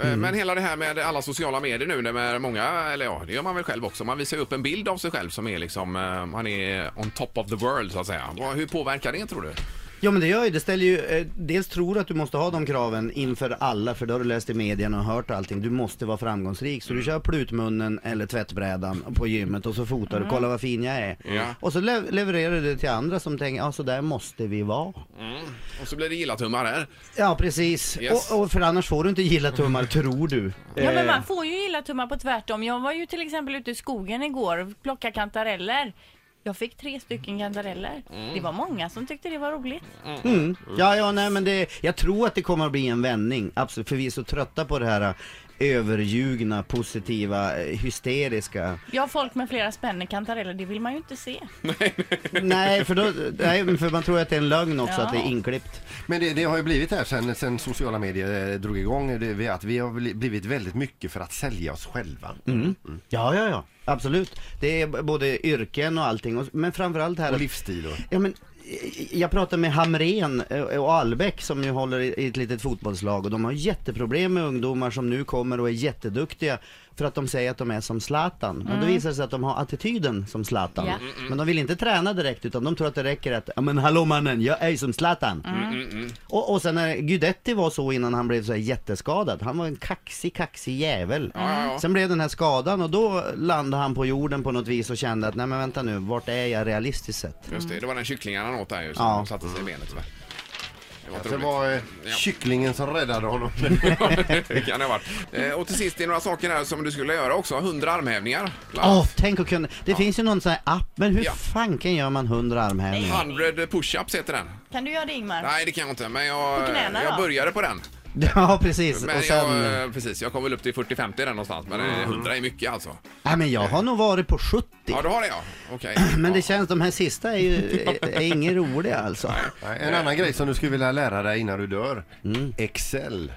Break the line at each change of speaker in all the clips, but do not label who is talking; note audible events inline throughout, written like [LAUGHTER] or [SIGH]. Eh, Men- Men hela det här med alla sociala medier nu, när många, eller ja, det gör man väl själv också, man visar ju upp en bild av sig själv som är liksom, eh, han är on top of the world så att säga. Vad- Hur påverkar det tror du?
Ja men det gör ju, det ställer ju, eh, dels tror du att du måste ha de kraven inför alla för det har du läst i medierna och hört allting. Du måste vara framgångsrik så du
Mm.
kör plutmunnen eller tvättbrädan på gymmet och så fotar du, kolla vad fin jag är.
Mm. Ja.
Och så le- levererar du det till andra som tänker, ja så där måste vi vara.
Och så blir det gillatummar här.
Ja precis,
Yes.
och, och för annars får du inte gilla tummar
[LAUGHS]
tror du.
Ja men
Eh,
man får ju gilla tummar på tvärtom. Jag var ju till exempel ute i skogen igår och plockade kantareller. Jag fick tre stycken kantareller. Det var många som tyckte det var roligt.
Mm. Ja, ja, nej men det, jag tror att det kommer att bli en vändning, absolut, för vi är så trötta på det här eh, överljugna, positiva, eh, hysteriska.
Ja, folk med flera spänner kantareller, det vill man ju inte se.
Nej, för, då, nej, men för man tror att det är en lögn också,
Ja.
att det är inklippt.
Men det, det har ju blivit här sen, sen sociala medier eh, drog igång, det, vi- att vi har bli- blivit väldigt mycket för att sälja oss själva.
Mm. Ja, ja, ja. Absolut. Det är b- både yrken och allting, och, men framförallt här...
Och
att-
livsstil och...
Ja, men, eh, jag pratade med Hamrén eh, och Albeck som ju håller i i ett litet fotbollslag och de har jätteproblem med ungdomar som nu kommer och är jätteduktiga för att de säger att de är som Zlatan. Men då visar det sig att de har attityden som Zlatan.
Ja.
Men de vill inte träna direkt utan de tror att det räcker att ja men hallå mannen, jag är ju som Zlatan.
Mm.
Och, och sen när Guidetti var så innan han blev så här jätteskadad, han var en kaxig, kaxig jävel.
ja, ja.
Sen blev den här skadan och då landade han på jorden på något vis och kände att nej men vänta nu, vart är jag realistiskt sett?
Just det, det var den kycklingen han åt där ju som
Ja.
satte sig i benet tyvärr. Det var inte
Det
roligt.
var eh,
Ja. [LAUGHS]
kycklingen som räddade honom.
Det kan det ha varit. Eh, Och till sist, det är några saker här som du skulle göra också. 100 armhävningar. bland
Åh,
annat.
tänk att kunna. Det finns ju någon sån här app, men hur
Ja.
fanken gör man 100 armhävningar?
100 push-ups heter den.
Kan du göra det Ingmar?
Nej, det kan jag inte, men jag,
På knäna
jag
då?
började på den.
[LAUGHS] Ja, precis.
Men
Och sen, Mm.
jag, eh, precis, jag kom väl upp till 40-50 där någonstans, men eh, 100 är mycket alltså.
nej men jag har nog varit på 70.
Ja, då har det jag. Okej.
[CLEARS THROAT] Men
ja.
det känns, de här sista
[LAUGHS]
är ju, är, är inget roliga alltså.
Nej, En annan grej som du skulle vilja lära dig innan du dör.
Mm.
Excel.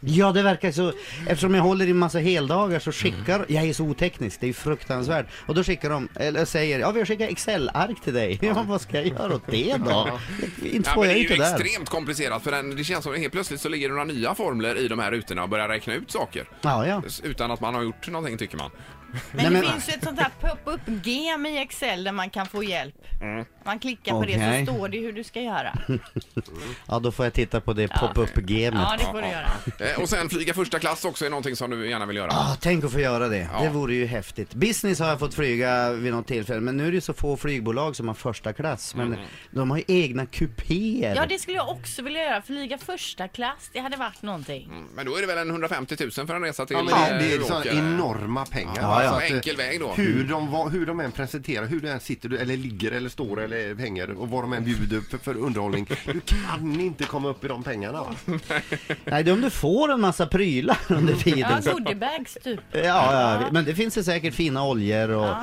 Ja, det verkar så, eftersom jag håller i en massa heldagar så
Mm.
skickar, jag är så oteknisk, det är ju fruktansvärt. Och då skickar de, eller säger, ja vi har skickat Excel-ark till dig. [LAUGHS] Ja, vad ska jag göra åt det då? Inte
Ja,
får
men det
jag
är
ut
ju
det där.
extremt komplicerat för den, det känns som att helt plötsligt så ligger det några nya formler i de här rutorna och börjar räkna ut saker.
Ja, ja.
S- Utan att man har gjort någonting tycker
[LAUGHS]
man.
Men
Nej,
det
men-
finns ju ett sånt här pop-up-game i Excel där man kan få hjälp. Man klickar på
Mm. Okej. Mm.
det så står det hur du
[LAUGHS]
ska göra.
ja, då får jag titta på det pop-up-gamet.
Ja, det får du göra.
Eh, Och sen flyga första klass också är någonting som du gärna vill göra.
Ah, tänk att få göra det.
Ja.
Det vore ju häftigt. Business har jag fått flyga vid något tillfälle, men nu är det ju så få flygbolag som har första klass. Men de har ju egna kupéer.
Ja, det skulle jag också vilja göra. Flyga första klass, det hade varit någonting.
Mm.
Men då är det väl en 150 000 för en resa till
Ja, men
eh,
det, det är
liksom
New
sådana
York, eller-
enorma pengar.
Ja, ja.
Så att, eh,
Enkel väg då.
Hur de, va- hur de än presenterar, hur du än sitter, du- eller ligger, eller står, eller hänger och vad de än bjuder för, för underhållning. Du kan inte komma upp i de pengarna. Va?
Nej, det är om du får en massa prylar under
Ja,
tiden. [LAUGHS] Ja,
goodiebags typ.
Eh, ja, ja, men det finns det säkert fina oljor och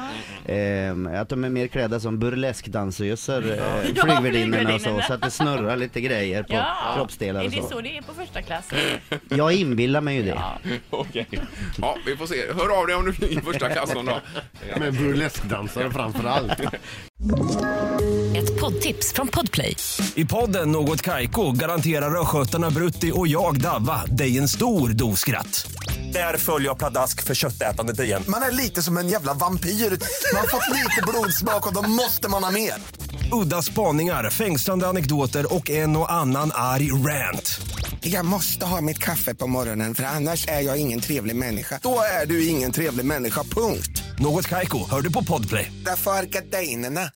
ehm, att de är mer klädda som burleskdansöser, eh,
Ja,
flygvärdinnorna och så,
flygvärdinnorna.
så att det snurrar lite grejer på
Ja,
kroppsdelar
är
och
det
så.
så det är på
[LAUGHS]
första klass?
Jag inbillar mig ju det.
[LAUGHS] Okej. Ja, vi får se. Hör av dig om du flyger första klass någon dag.
[LAUGHS]
Med burleskdansare framför allt.
Ett poddtips från Podplay.
I podden Något Kaiko garanterar östgötarna Brutti och jag, Davva, dig en stor dos skratt. Där följer jag pladask för köttätandet igen.
Man är lite som en jävla vampyr. Man har fått lite blodsmak och då måste man ha mer.
Udda spaningar, fängslande anekdoter och en och annan arg rant.
Jag måste ha mitt kaffe på morgonen för annars är jag ingen trevlig människa. Då är du ingen trevlig människa, punkt.
Något Kaiko, hör du på Podplay.
Därför arkadeinerna.